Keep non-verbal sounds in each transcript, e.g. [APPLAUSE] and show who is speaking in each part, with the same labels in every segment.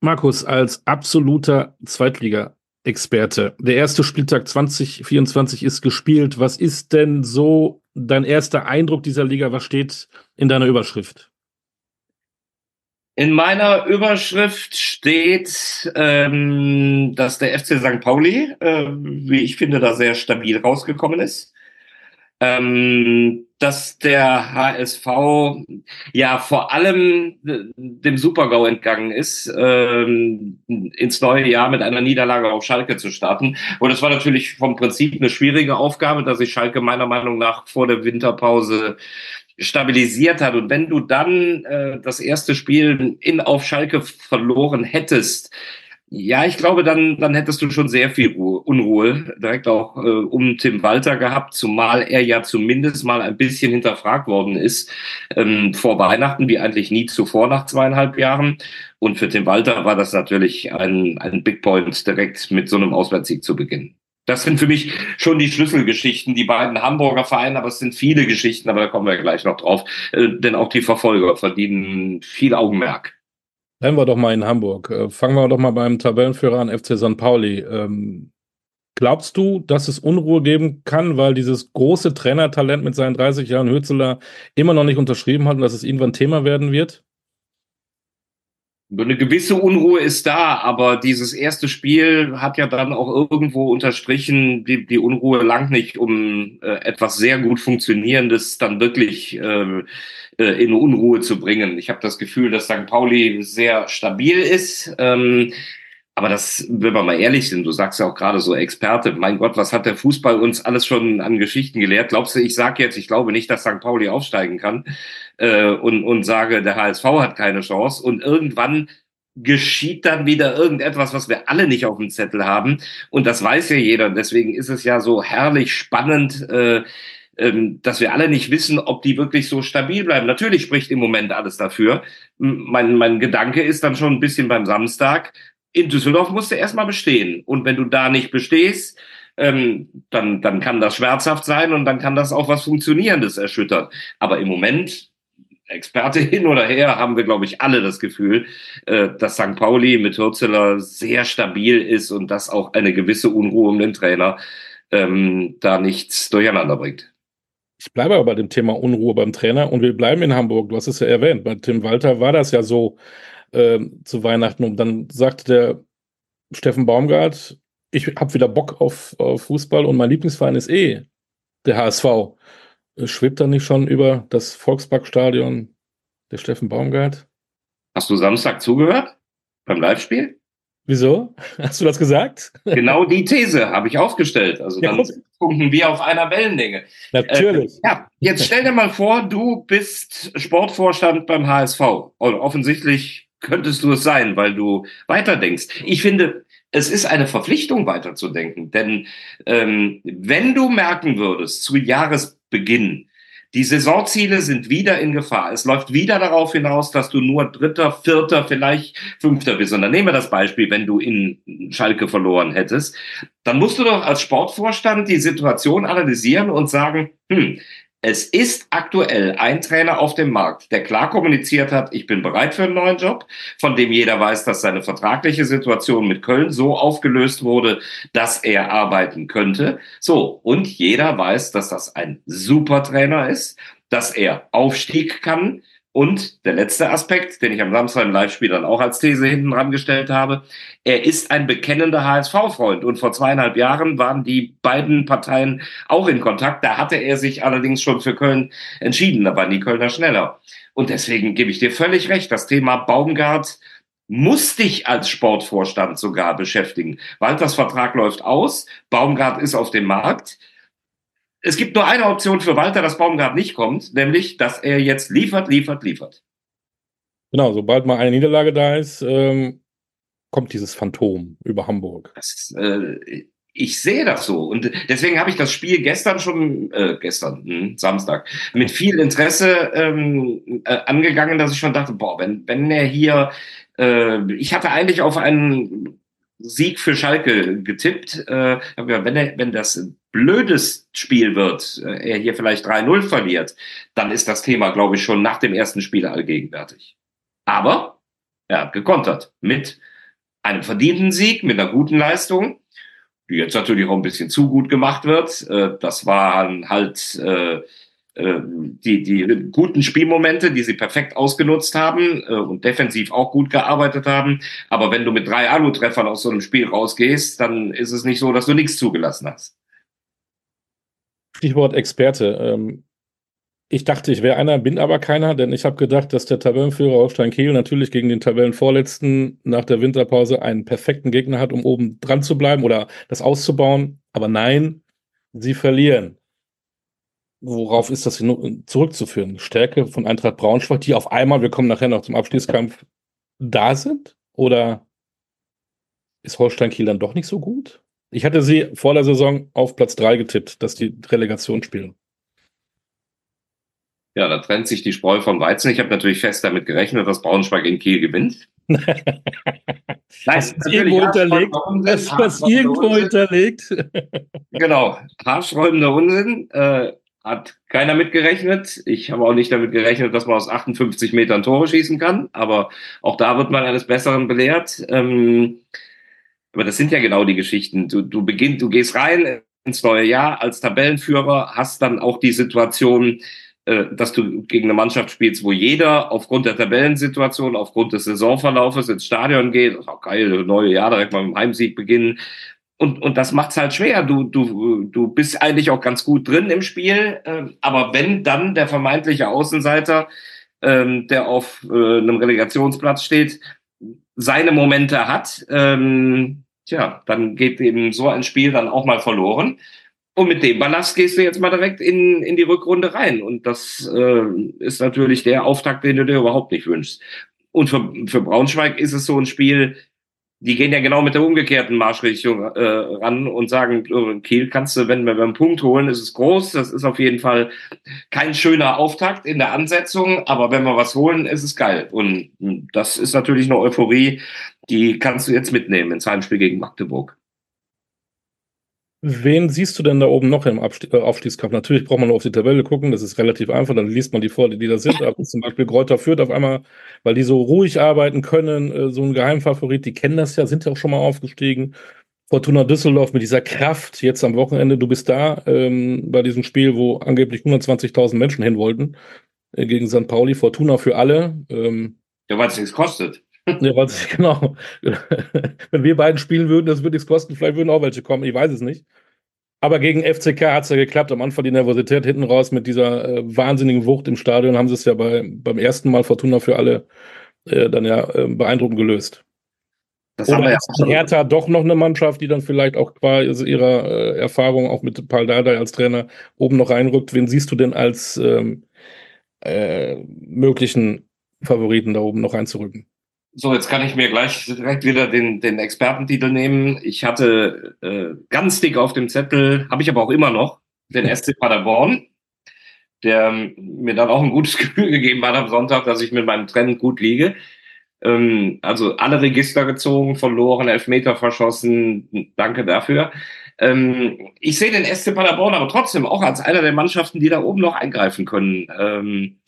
Speaker 1: Markus, als absoluter Zweitliga-Experte, der erste Spieltag 2024 ist gespielt. Was ist denn so dein erster Eindruck dieser Liga? Was steht in deiner Überschrift?
Speaker 2: In meiner Überschrift steht, ähm, dass der FC St. Pauli, äh, wie ich finde, da sehr stabil rausgekommen ist. Ähm, dass der HSV ja vor allem äh, dem Supergau entgangen ist, ähm, ins neue Jahr mit einer Niederlage auf Schalke zu starten. Und es war natürlich vom Prinzip eine schwierige Aufgabe, dass sich Schalke meiner Meinung nach vor der Winterpause stabilisiert hat. Und wenn du dann äh, das erste Spiel in auf Schalke verloren hättest, ja, ich glaube, dann, dann hättest du schon sehr viel Ruhe, Unruhe direkt auch äh, um Tim Walter gehabt, zumal er ja zumindest mal ein bisschen hinterfragt worden ist ähm, vor Weihnachten, wie eigentlich nie zuvor nach zweieinhalb Jahren. Und für Tim Walter war das natürlich ein, ein Big Point, direkt mit so einem Auswärtssieg zu beginnen. Das sind für mich schon die Schlüsselgeschichten, die beiden Hamburger Vereine, aber es sind viele Geschichten, aber da kommen wir gleich noch drauf, äh, denn auch die Verfolger verdienen viel Augenmerk.
Speaker 1: Bleiben wir doch mal in Hamburg. Äh, fangen wir doch mal beim Tabellenführer an, FC St. Pauli. Ähm, glaubst du, dass es Unruhe geben kann, weil dieses große Trainertalent mit seinen 30 Jahren Hützeler immer noch nicht unterschrieben hat und dass es irgendwann Thema werden wird?
Speaker 2: Eine gewisse Unruhe ist da, aber dieses erste Spiel hat ja dann auch irgendwo unterstrichen, die, die Unruhe langt nicht, um äh, etwas sehr gut funktionierendes dann wirklich äh, in Unruhe zu bringen. Ich habe das Gefühl, dass St. Pauli sehr stabil ist. Ähm, aber das, wenn wir mal ehrlich sind, du sagst ja auch gerade so Experte, mein Gott, was hat der Fußball uns alles schon an Geschichten gelehrt? Glaubst du, ich sage jetzt, ich glaube nicht, dass St. Pauli aufsteigen kann äh, und, und sage, der HSV hat keine Chance und irgendwann geschieht dann wieder irgendetwas, was wir alle nicht auf dem Zettel haben und das weiß ja jeder. Deswegen ist es ja so herrlich spannend, äh, dass wir alle nicht wissen, ob die wirklich so stabil bleiben. Natürlich spricht im Moment alles dafür. Mein, mein Gedanke ist dann schon ein bisschen beim Samstag. In Düsseldorf musst du erstmal bestehen. Und wenn du da nicht bestehst, ähm, dann, dann kann das schmerzhaft sein und dann kann das auch was Funktionierendes erschüttern. Aber im Moment, Experte hin [LAUGHS] oder her, haben wir, glaube ich, alle das Gefühl, äh, dass St. Pauli mit Hürzeler sehr stabil ist und dass auch eine gewisse Unruhe um den Trainer ähm, da nichts durcheinander bringt.
Speaker 1: Ich bleibe aber bei dem Thema Unruhe beim Trainer und wir bleiben in Hamburg. Du hast es ja erwähnt. Bei Tim Walter war das ja so äh, zu Weihnachten und dann sagte der Steffen Baumgart, ich habe wieder Bock auf, auf, Fußball und mein Lieblingsverein ist eh der HSV. Äh, Schwebt er nicht schon über das Volksparkstadion der Steffen Baumgart?
Speaker 2: Hast du Samstag zugehört beim Live-Spiel?
Speaker 1: Wieso? [LAUGHS] Hast du das gesagt?
Speaker 2: Genau die These habe ich aufgestellt. Also dann ja, punkten wir auf einer Wellenlänge.
Speaker 1: Natürlich.
Speaker 2: Äh, ja, jetzt stell dir mal vor, du bist Sportvorstand beim HSV. Und offensichtlich könntest du es sein, weil du weiterdenkst. Ich finde, es ist eine Verpflichtung, weiterzudenken. Denn ähm, wenn du merken würdest, zu Jahresbeginn, die Saisonziele sind wieder in Gefahr. Es läuft wieder darauf hinaus, dass du nur Dritter, Vierter, vielleicht Fünfter bist. Und dann nehmen wir das Beispiel, wenn du in Schalke verloren hättest. Dann musst du doch als Sportvorstand die Situation analysieren und sagen, hm, es ist aktuell ein Trainer auf dem Markt, der klar kommuniziert hat, ich bin bereit für einen neuen Job, von dem jeder weiß, dass seine vertragliche Situation mit Köln so aufgelöst wurde, dass er arbeiten könnte. So, und jeder weiß, dass das ein super Trainer ist, dass er Aufstieg kann. Und der letzte Aspekt, den ich am Samstag im Live-Spiel dann auch als These hinten rangestellt habe, er ist ein bekennender HSV-Freund. Und vor zweieinhalb Jahren waren die beiden Parteien auch in Kontakt. Da hatte er sich allerdings schon für Köln entschieden. Da waren die Kölner schneller. Und deswegen gebe ich dir völlig recht. Das Thema Baumgart muss dich als Sportvorstand sogar beschäftigen. Walters Vertrag läuft aus. Baumgart ist auf dem Markt. Es gibt nur eine Option für Walter, dass Baumgart nicht kommt, nämlich, dass er jetzt liefert, liefert, liefert.
Speaker 1: Genau, sobald mal eine Niederlage da ist, ähm kommt dieses Phantom über Hamburg.
Speaker 2: Das, äh, ich sehe das so. Und deswegen habe ich das Spiel gestern schon, äh, gestern, mh, Samstag, mit viel Interesse ähm, äh, angegangen, dass ich schon dachte, boah, wenn, wenn er hier, äh, ich hatte eigentlich auf einen Sieg für Schalke getippt. Äh, wenn, er, wenn das ein blödes Spiel wird, äh, er hier vielleicht 3-0 verliert, dann ist das Thema, glaube ich, schon nach dem ersten Spiel allgegenwärtig. Aber er hat gekontert mit einem verdienten Sieg mit einer guten Leistung, die jetzt natürlich auch ein bisschen zu gut gemacht wird. Äh, Das waren halt äh, die, die guten Spielmomente, die sie perfekt ausgenutzt haben äh, und defensiv auch gut gearbeitet haben. Aber wenn du mit drei Alu-Treffern aus so einem Spiel rausgehst, dann ist es nicht so, dass du nichts zugelassen hast.
Speaker 1: Stichwort Experte. Ähm, Ich dachte, ich wäre einer, bin aber keiner, denn ich habe gedacht, dass der Tabellenführer Holstein Kiel natürlich gegen den Tabellenvorletzten nach der Winterpause einen perfekten Gegner hat, um oben dran zu bleiben oder das auszubauen. Aber nein, sie verlieren. Worauf ist das zurückzuführen? Stärke von Eintracht Braunschweig, die auf einmal, wir kommen nachher noch zum Abstiegskampf, da sind? Oder ist Holstein Kiel dann doch nicht so gut? Ich hatte sie vor der Saison auf Platz 3 getippt, dass die Relegation spielen.
Speaker 2: Ja, da trennt sich die Spreu vom Weizen. Ich habe natürlich fest damit gerechnet, dass Braunschweig in Kiel
Speaker 1: [LAUGHS]
Speaker 2: gewinnt.
Speaker 1: Nein, das ist irgendwo unterlegt. Das ist das irgendwo Unsinn. unterlegt.
Speaker 2: genau, haarsträubender Unsinn. Äh, hat keiner mitgerechnet. Ich habe auch nicht damit gerechnet, dass man aus 58 Metern Tore schießen kann. Aber auch da wird man eines Besseren belehrt. Ähm, aber das sind ja genau die Geschichten. Du, du beginnst, du gehst rein ins neue Jahr als Tabellenführer, hast dann auch die Situation, äh, dass du gegen eine Mannschaft spielst, wo jeder aufgrund der Tabellensituation, aufgrund des Saisonverlaufes ins Stadion geht. Oh, geil, neue Jahr direkt mal mit dem Heimsieg beginnen. Und, und das macht's halt schwer. Du, du, du bist eigentlich auch ganz gut drin im Spiel. Äh, aber wenn dann der vermeintliche Außenseiter, ähm, der auf äh, einem Relegationsplatz steht, seine Momente hat, ähm, tja, dann geht eben so ein Spiel dann auch mal verloren. Und mit dem Ballast gehst du jetzt mal direkt in, in die Rückrunde rein. Und das äh, ist natürlich der Auftakt, den du dir überhaupt nicht wünschst. Und für, für Braunschweig ist es so ein Spiel, die gehen ja genau mit der umgekehrten Marschrichtung äh, ran und sagen, "Oh, Kiel kannst du, wenn wir einen Punkt holen, ist es groß. Das ist auf jeden Fall kein schöner Auftakt in der Ansetzung, aber wenn wir was holen, ist es geil. Und hm, das ist natürlich eine Euphorie, die kannst du jetzt mitnehmen ins Heimspiel gegen Magdeburg.
Speaker 1: Wen siehst du denn da oben noch im Abst äh, Aufstiegskampf? Natürlich braucht man nur auf die Tabelle gucken, das ist relativ einfach, dann liest man die vor, die da sind. Aber zum Beispiel Gräuter führt auf einmal, weil die so ruhig arbeiten können, äh, so ein Geheimfavorit, die kennen das ja, sind ja auch schon mal aufgestiegen. Fortuna Düsseldorf mit dieser Kraft, jetzt am Wochenende, du bist da, ähm, bei diesem Spiel, wo angeblich 120.000 Menschen hin wollten, äh, gegen St. Pauli, Fortuna für alle. Ähm,
Speaker 2: ja, weil es nichts kostet.
Speaker 1: Ja, was, genau. [LAUGHS] Wenn wir beiden spielen würden, das würde nichts kosten. Vielleicht würden auch welche kommen, ich weiß es nicht. Aber gegen FCK hat es ja geklappt. Am Anfang die Nervosität hinten raus mit dieser äh, wahnsinnigen Wucht im Stadion haben sie es ja bei, beim ersten Mal Fortuna für alle äh, dann ja äh, beeindruckend gelöst. Das Oder haben wir ja auch Hertha doch noch eine Mannschaft, die dann vielleicht auch qua ihrer äh, Erfahrung auch mit Paul Dardai als Trainer oben noch reinrückt. Wen siehst du denn als ähm, äh, möglichen Favoriten da oben noch reinzurücken?
Speaker 2: So, jetzt kann ich mir gleich direkt wieder den, den Expertentitel nehmen. Ich hatte äh, ganz dick auf dem Zettel, habe ich aber auch immer noch, den SC Paderborn, der mir dann auch ein gutes [LAUGHS] Gefühl gegeben hat am Sonntag, dass ich mit meinem Trend gut liege. Ähm, also alle Register gezogen, verloren, Elfmeter verschossen, danke dafür. Ähm, ich sehe den SC Paderborn aber trotzdem auch als einer der Mannschaften, die da oben noch eingreifen können. Ähm,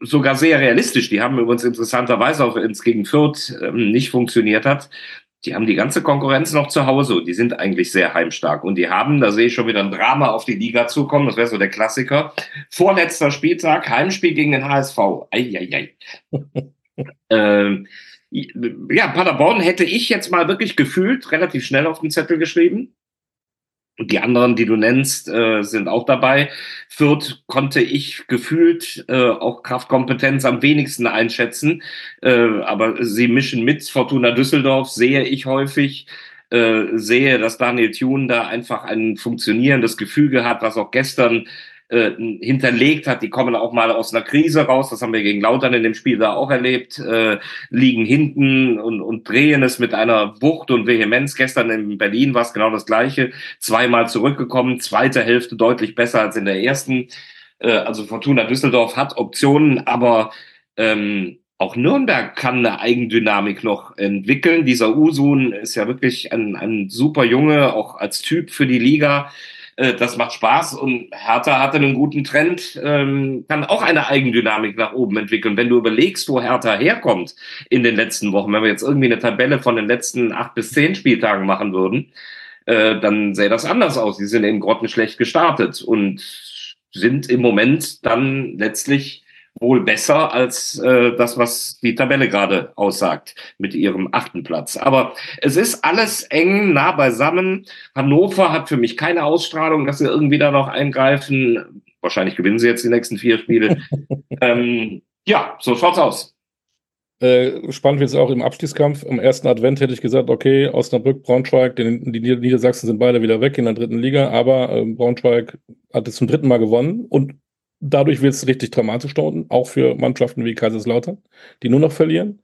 Speaker 2: sogar sehr realistisch. Die haben übrigens interessanterweise auch ins gegen Fürth ähm, nicht funktioniert hat. Die haben die ganze Konkurrenz noch zu Hause. Die sind eigentlich sehr heimstark. Und die haben, da sehe ich schon wieder ein Drama auf die Liga zukommen. Das wäre so der Klassiker. Vorletzter Spieltag, Heimspiel gegen den HSV. Eieiei. ähm, ja, Paderborn hätte ich jetzt mal wirklich gefühlt relativ schnell auf den Zettel geschrieben. Und die anderen, die du nennst, äh, sind auch dabei. Fürth konnte ich gefühlt äh, auch Kraftkompetenz am wenigsten einschätzen. Äh, aber sie mischen mit. Fortuna Düsseldorf sehe ich häufig. Äh, sehe, dass Daniel Thune da einfach ein funktionierendes Gefüge hat, was auch gestern äh, hinterlegt hat. Die kommen auch mal aus einer Krise raus. Das haben wir gegen Lautern in dem Spiel da auch erlebt. Äh, liegen hinten und, und drehen es mit einer Wucht und Vehemenz. Gestern in Berlin war es genau das Gleiche. Zweimal zurückgekommen. Zweite Hälfte deutlich besser als in der ersten. Äh, also Fortuna Düsseldorf hat Optionen, aber ähm, auch Nürnberg kann eine Eigendynamik noch entwickeln. Dieser Usun ist ja wirklich ein, ein super Junge, auch als Typ für die Liga äh, das macht Spaß und Hertha hatte einen guten Trend, ähm, kann auch eine Eigendynamik nach oben entwickeln. Wenn du überlegst, wo Hertha herkommt in den letzten Wochen, wenn wir jetzt irgendwie eine Tabelle von den letzten acht bis zehn Spieltagen machen würden, äh, dann sähe das anders aus. Die sind eben grottenschlecht gestartet und sind im Moment dann letztlich wohl besser als äh, das, was die Tabelle gerade aussagt mit ihrem achten Platz. Aber es ist alles eng, nah beisammen. Hannover hat für mich keine Ausstrahlung, dass sie irgendwie da noch eingreifen. Wahrscheinlich gewinnen sie jetzt die nächsten vier Spiele. ähm, ja, so schaut's aus.
Speaker 1: Äh, spannend wird es auch im Abstiegskampf. Am ersten Advent hätte ich gesagt, okay, Osnabrück, Braunschweig, den, die Niedersachsen sind beide wieder weg in der dritten Liga, aber äh, Braunschweig hat es zum dritten Mal gewonnen und dadurch wird es richtig dramatisch dauern, auch für Mannschaften wie Kaiserslautern, die nur noch verlieren.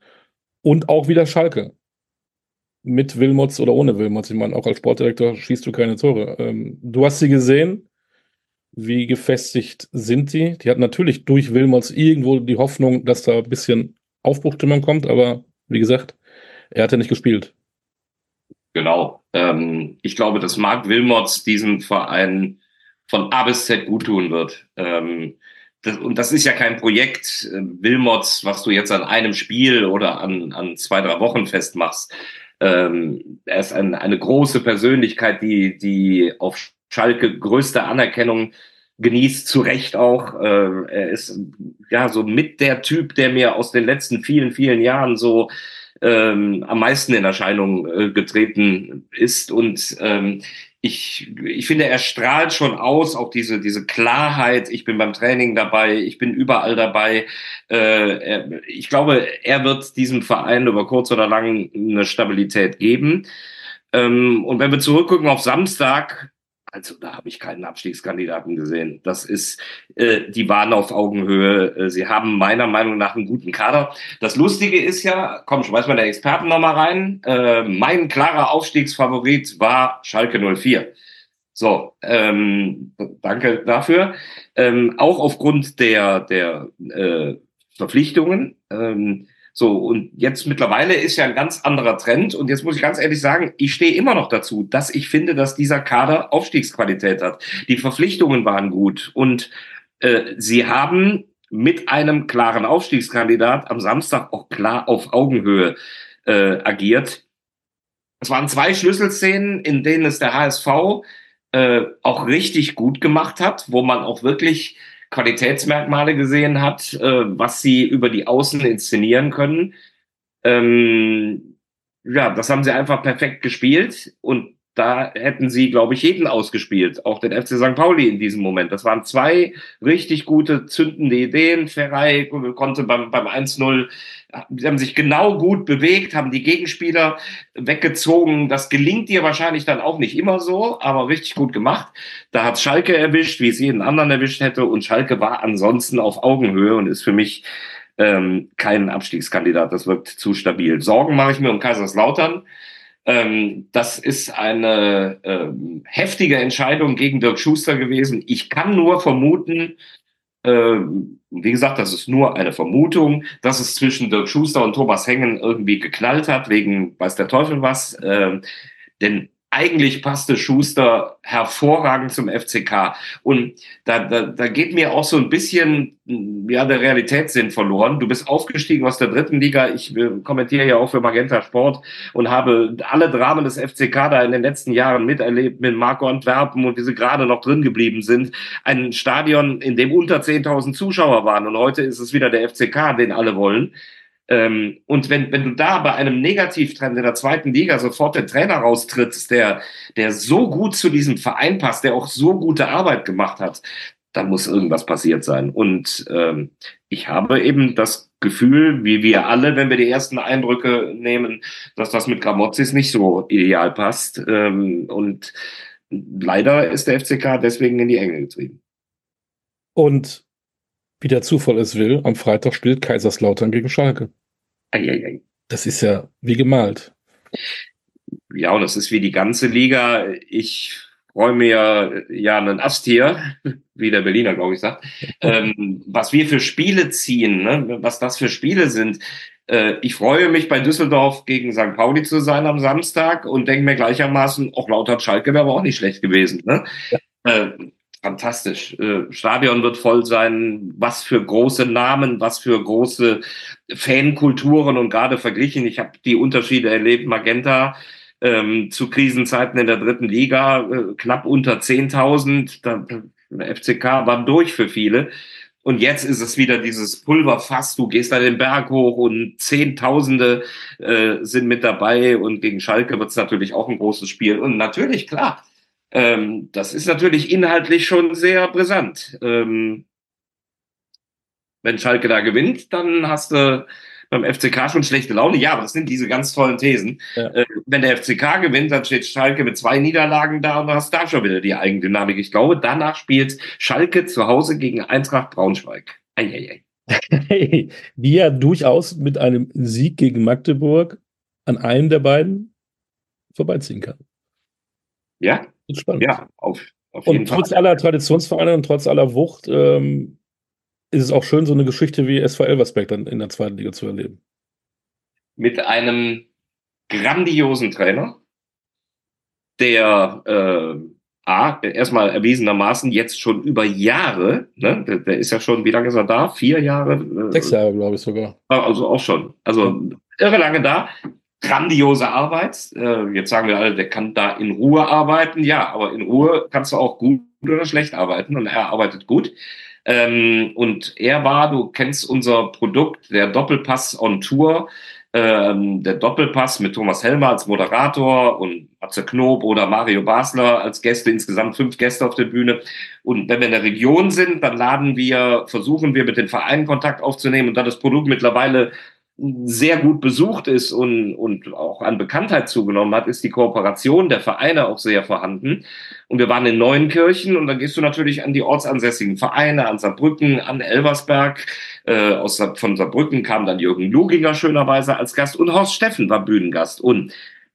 Speaker 1: Und auch wieder Schalke. Mit Wilmots oder ohne Wilmots. Ich meine, auch als Sportdirektor schießt du keine Tore. Ähm, du hast sie gesehen. Wie gefestigt sind die? Die hatten natürlich durch Wilmots irgendwo die Hoffnung, dass da ein bisschen Aufbruchstimmung kommt, aber wie gesagt, er hat ja nicht gespielt.
Speaker 2: Genau. Ähm, ich glaube, dass Marc Wilmots diesem Verein von A bis Z gut tun wird. Ähm, das, und das ist ja kein Projekt äh, Wilmots, was du jetzt an einem Spiel oder an, an zwei, drei Wochen festmachst. Ähm, er ist ein, eine große Persönlichkeit, die, die auf Schalke größte Anerkennung genießt, zu Recht auch. Äh, er ist ja so mit der Typ, der mir aus den letzten vielen, vielen Jahren so ähm, am meisten in Erscheinung äh, getreten ist und ähm, ich, ich finde, er strahlt schon aus, auch diese, diese Klarheit, ich bin beim Training dabei, ich bin überall dabei. Äh, ich glaube, er wird diesem Verein über kurz oder lang eine Stabilität geben. Ähm, und wenn wir zurückgucken auf Samstag, also da habe ich keinen Abstiegskandidaten gesehen. Das ist, äh, die waren auf Augenhöhe. Äh, Sie haben meiner Meinung nach einen guten Kader. Das Lustige ist ja, komm, schmeiß mal der Experten nochmal rein. Äh, mein klarer Aufstiegsfavorit war Schalke 04. So, ähm, danke dafür. Ähm, auch aufgrund der, der äh, Verpflichtungen. Ähm, so, und jetzt mittlerweile ist ja ein ganz anderer Trend. Und jetzt muss ich ganz ehrlich sagen, ich stehe immer noch dazu, dass ich finde, dass dieser Kader Aufstiegsqualität hat. Die Verpflichtungen waren gut. Und äh, sie haben mit einem klaren Aufstiegskandidat am Samstag auch klar auf Augenhöhe äh, agiert. Es waren zwei Schlüsselszenen, in denen es der HSV äh, auch richtig gut gemacht hat, wo man auch wirklich Qualitätsmerkmale gesehen hat, äh, was sie über die Außen inszenieren können. Ähm, ja, das haben sie einfach perfekt gespielt und da hätten sie, glaube ich, jeden ausgespielt, auch den FC St. Pauli in diesem Moment. Das waren zwei richtig gute, zündende Ideen. Ferrei konnte beim, beim 1-0, sie haben sich genau gut bewegt, haben die Gegenspieler weggezogen. Das gelingt dir wahrscheinlich dann auch nicht immer so, aber richtig gut gemacht. Da hat Schalke erwischt, wie es jeden anderen erwischt hätte. Und Schalke war ansonsten auf Augenhöhe und ist für mich ähm, kein Abstiegskandidat. Das wirkt zu stabil. Sorgen mache ich mir um Kaiserslautern Ähm, das ist eine ähm, heftige Entscheidung gegen Dirk Schuster gewesen. Ich kann nur vermuten, ähm, wie gesagt, das ist nur eine Vermutung, dass es zwischen Dirk Schuster und Thomas Hengen irgendwie geknallt hat, wegen weiß der Teufel was. Ähm, denn eigentlich passte Schuster hervorragend zum FCK. Und da, da, da geht mir auch so ein bisschen mm, ja, der Realitätssinn verloren. Du bist aufgestiegen aus der dritten Liga. Ich äh, kommentiere ja auch für Magenta Sport und habe alle Dramen des FCK da in den letzten Jahren miterlebt mit Marco Antwerpen und wie sie gerade noch drin geblieben sind. Ein Stadion, in dem unter 10.000 Zuschauer waren. Und heute ist es wieder der FCK, den alle wollen. Ähm, und wenn, wenn du da bei einem Negativtrend in der zweiten Liga sofort den Trainer raustrittst, der, der so gut zu diesem Verein passt, der auch so gute Arbeit gemacht hat, dann muss irgendwas passiert sein. Und ähm, ich habe eben das Gefühl, wie wir alle, wenn wir die ersten Eindrücke nehmen, dass das mit Gramozis nicht so ideal passt. Ähm, und leider ist der FCK deswegen in die Enge getrieben.
Speaker 1: Und wie der Zufall es will, am Freitag spielt Kaiserslautern gegen Schalke.
Speaker 2: Ei, ei, ei.
Speaker 1: Das ist ja wie [LAUGHS] gemalt.
Speaker 2: Ja, und das ist wie die ganze Liga. Ich freue mir ja einen Ast hier, [LAUGHS] wie der Berliner, glaube ich, sagt. Ähm, was wir für Spiele ziehen, ne? was das für Spiele sind. Äh, ich freue mich, bei Düsseldorf gegen St. Pauli zu sein am Samstag und denke mir gleichermaßen, auch lauter Schalke wäre aber auch nicht schlecht gewesen. Ne? Ja. Äh, fantastisch. Äh, Stadion wird voll sein. Was für große Namen, was für große Fankulturen und gerade verglichen. Ich habe die Unterschiede erlebt. Magenta ähm, zu Krisenzeiten in der dritten Liga äh, knapp unter 10.000. Der FCK war durch für viele. Und jetzt ist es wieder dieses Pulverfass. Du gehst da den Berg hoch und Zehntausende äh, sind mit dabei. Und gegen Schalke wird es natürlich auch ein großes Spiel. Und natürlich, klar, ähm, das ist natürlich inhaltlich schon sehr brisant. Ähm, wenn Schalke da gewinnt, dann hast du beim FCK schon schlechte Laune. Ja, aber das sind diese ganz tollen Thesen. Ja. Äh, wenn der FCK gewinnt, dann steht Schalke mit zwei Niederlagen da und hast da schon wieder die Eigendynamik. Ich glaube, danach spielt Schalke zu Hause gegen Eintracht Braunschweig. Eieiei.
Speaker 1: Ei, Die ja durchaus mit einem Sieg gegen Magdeburg an einem der beiden vorbeiziehen kann.
Speaker 2: Ja,
Speaker 1: Spannend.
Speaker 2: ja, auf, auf
Speaker 1: Und trotz aller Traditionsvereine und trotz aller Wucht ähm, ist es auch schön, so eine Geschichte wie SV Elversberg dann in der zweiten Liga zu erleben.
Speaker 2: mit einem grandiosen Trainer, der äh, A, erstmal erwiesenermaßen jetzt schon über Jahre, ne, der, der ist ja schon, wie lange ist er da? Vier Jahre? äh,
Speaker 1: Sechs Jahre, glaube ich sogar.
Speaker 2: Also auch schon. Also irre lange da. Grandiose Arbeit. Äh, jetzt sagen wir alle, der kann da in Ruhe arbeiten. Ja, aber in Ruhe kannst du auch gut oder schlecht arbeiten und er arbeitet gut. Ähm, und er war, du kennst unser Produkt, der Doppelpass on Tour. Ähm, der Doppelpass mit Thomas Helmer als Moderator und Matze Knob oder Mario Basler als Gäste, insgesamt fünf Gäste auf der Bühne. Und wenn wir in der Region sind, dann laden wir, versuchen wir mit den Vereinen Kontakt aufzunehmen. Und da das Produkt mittlerweile sehr gut besucht ist und, und auch an Bekanntheit zugenommen hat, ist die Kooperation der Vereine auch sehr vorhanden. Und wir waren in Neuenkirchen und dann gehst du natürlich an die ortsansässigen Vereine, an Saarbrücken, an Elversberg. Äh, aus, Saar- von Saarbrücken kam dann Jürgen Luginger schönerweise als Gast und Horst Steffen war Bühnengast. Und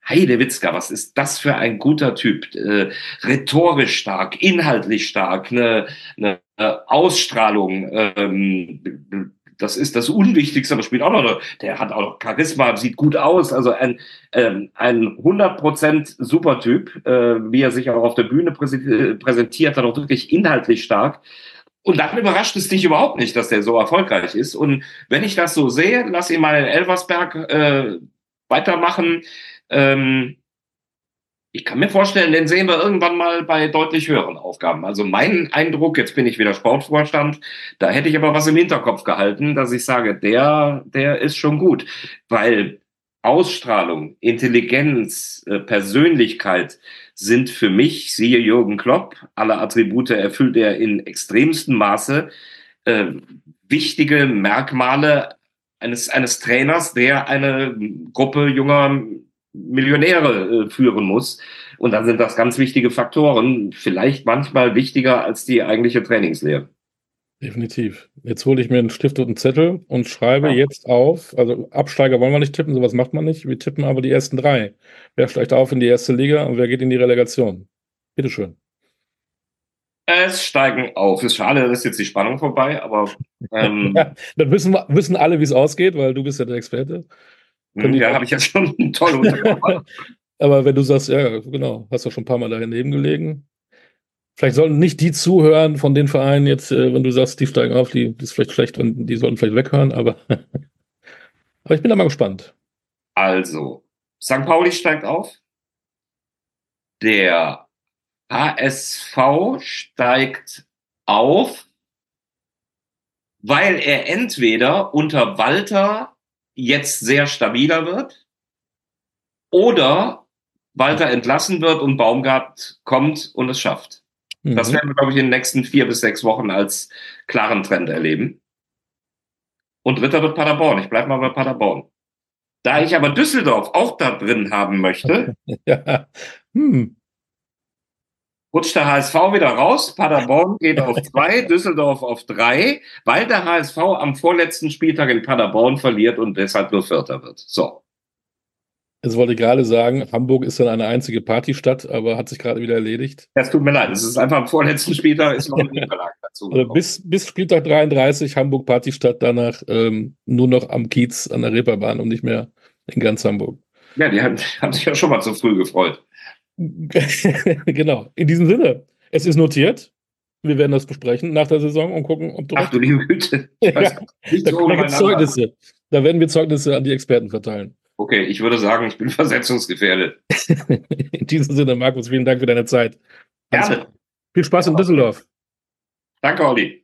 Speaker 2: Heide Witzka, was ist das für ein guter Typ? Äh, rhetorisch stark, inhaltlich stark, eine ne, äh, Ausstrahlung. Ähm, das ist das Unwichtigste, aber spielt auch noch. eine- Der hat auch noch Charisma, sieht gut aus. Also ein, ähm, ein 100% super Typ, äh, wie er sich auch auf der Bühne präsen- äh, präsentiert, dann auch wirklich inhaltlich stark. Und dann überrascht es dich überhaupt nicht, dass der so erfolgreich ist. Und wenn ich das so sehe, lass ihn mal in Elversberg äh, weitermachen. Ähm, ich kann mir vorstellen, den sehen wir irgendwann mal bei deutlich höheren Aufgaben. Also mein Eindruck, jetzt bin ich wieder Sportvorstand, da hätte ich aber was im Hinterkopf gehalten, dass ich sage, der, der ist schon gut, weil Ausstrahlung, Intelligenz, äh, Persönlichkeit sind für mich, siehe Jürgen Klopp, alle Attribute erfüllt er in extremstem Maße, äh, wichtige Merkmale eines, eines Trainers, der eine Gruppe junger Millionäre äh, führen muss. Und dann sind das ganz wichtige Faktoren, vielleicht manchmal wichtiger als die eigentliche Trainingslehre.
Speaker 1: Definitiv. Jetzt hole ich mir einen Stift und einen Zettel und schreibe
Speaker 2: Ja.
Speaker 1: jetzt auf, also Absteiger wollen wir nicht tippen, sowas macht man nicht. Wir tippen aber die ersten drei. Wer steigt auf in die erste Liga und wer geht in die Relegation? Bitteschön.
Speaker 2: Es steigen auf. Ist schade, dass jetzt die Spannung vorbei, aber ähm,
Speaker 1: Ja, Dann wissen, wir- wissen alle, wie es ausgeht, weil du bist ja der Experte.
Speaker 2: hm, ja, habe ich jetzt schon einen tollen Untergrund.
Speaker 1: Aber wenn du sagst, ja, genau, hast du schon ein paar Mal daneben gelegen. Vielleicht sollten nicht die zuhören von den Vereinen jetzt, äh, wenn du sagst, die steigen auf, die, die ist vielleicht schlecht und die sollten vielleicht weghören, aber, [LAUGHS] aber ich bin da mal gespannt.
Speaker 2: Also, St. Pauli steigt auf. Der HSV steigt auf, weil er entweder unter Walter jetzt sehr stabiler wird oder Walter entlassen wird und Baumgart kommt und es schafft.
Speaker 1: Mhm.
Speaker 2: Das werden wir, glaube ich, in den nächsten vier bis sechs Wochen als klaren Trend erleben. Und dritter wird Paderborn. Ich bleibe mal bei Paderborn. Da ich aber Düsseldorf auch da drin haben möchte,
Speaker 1: Mhm. [LAUGHS] ja. hm.
Speaker 2: rutscht der HSV wieder raus. Paderborn geht
Speaker 1: [LAUGHS]
Speaker 2: auf zwei, Düsseldorf auf drei, weil der HSV am vorletzten Spieltag in Paderborn verliert und deshalb nur Vierter wird. So.
Speaker 1: Jetzt Also wollte ich gerade sagen, Hamburg ist dann eine einzige Partystadt, aber hat sich gerade wieder erledigt.
Speaker 2: Das tut mir leid. Es ist einfach am vorletzten Spieltag ist noch ein Niederlage dazu.
Speaker 1: Oder
Speaker 2: gekommen.
Speaker 1: bis, bis Spieltag 33 Hamburg Partystadt, danach ähm, nur noch am Kiez an der Reeperbahn und nicht mehr in ganz Hamburg. [LAUGHS]
Speaker 2: Ja, die haben, haben sich ja schon mal zu früh gefreut.
Speaker 1: genau. In diesem Sinne, Es ist notiert. Wir werden das besprechen nach der Saison und gucken, ob du.
Speaker 2: Ach du liebe Güte. Ich weiß nicht
Speaker 1: Da,
Speaker 2: so
Speaker 1: da, gibt's
Speaker 2: übereinander.
Speaker 1: Zeugnisse. da werden wir Zeugnisse an die Experten verteilen. [LAUGHS]
Speaker 2: Okay, ich würde sagen, ich bin [LAUGHS] versetzungsgefährdet.
Speaker 1: In diesem Sinne, Markus, vielen Dank für deine Zeit.
Speaker 2: Gerne.
Speaker 1: Viel Spaß in Düsseldorf.
Speaker 2: Danke, Olli.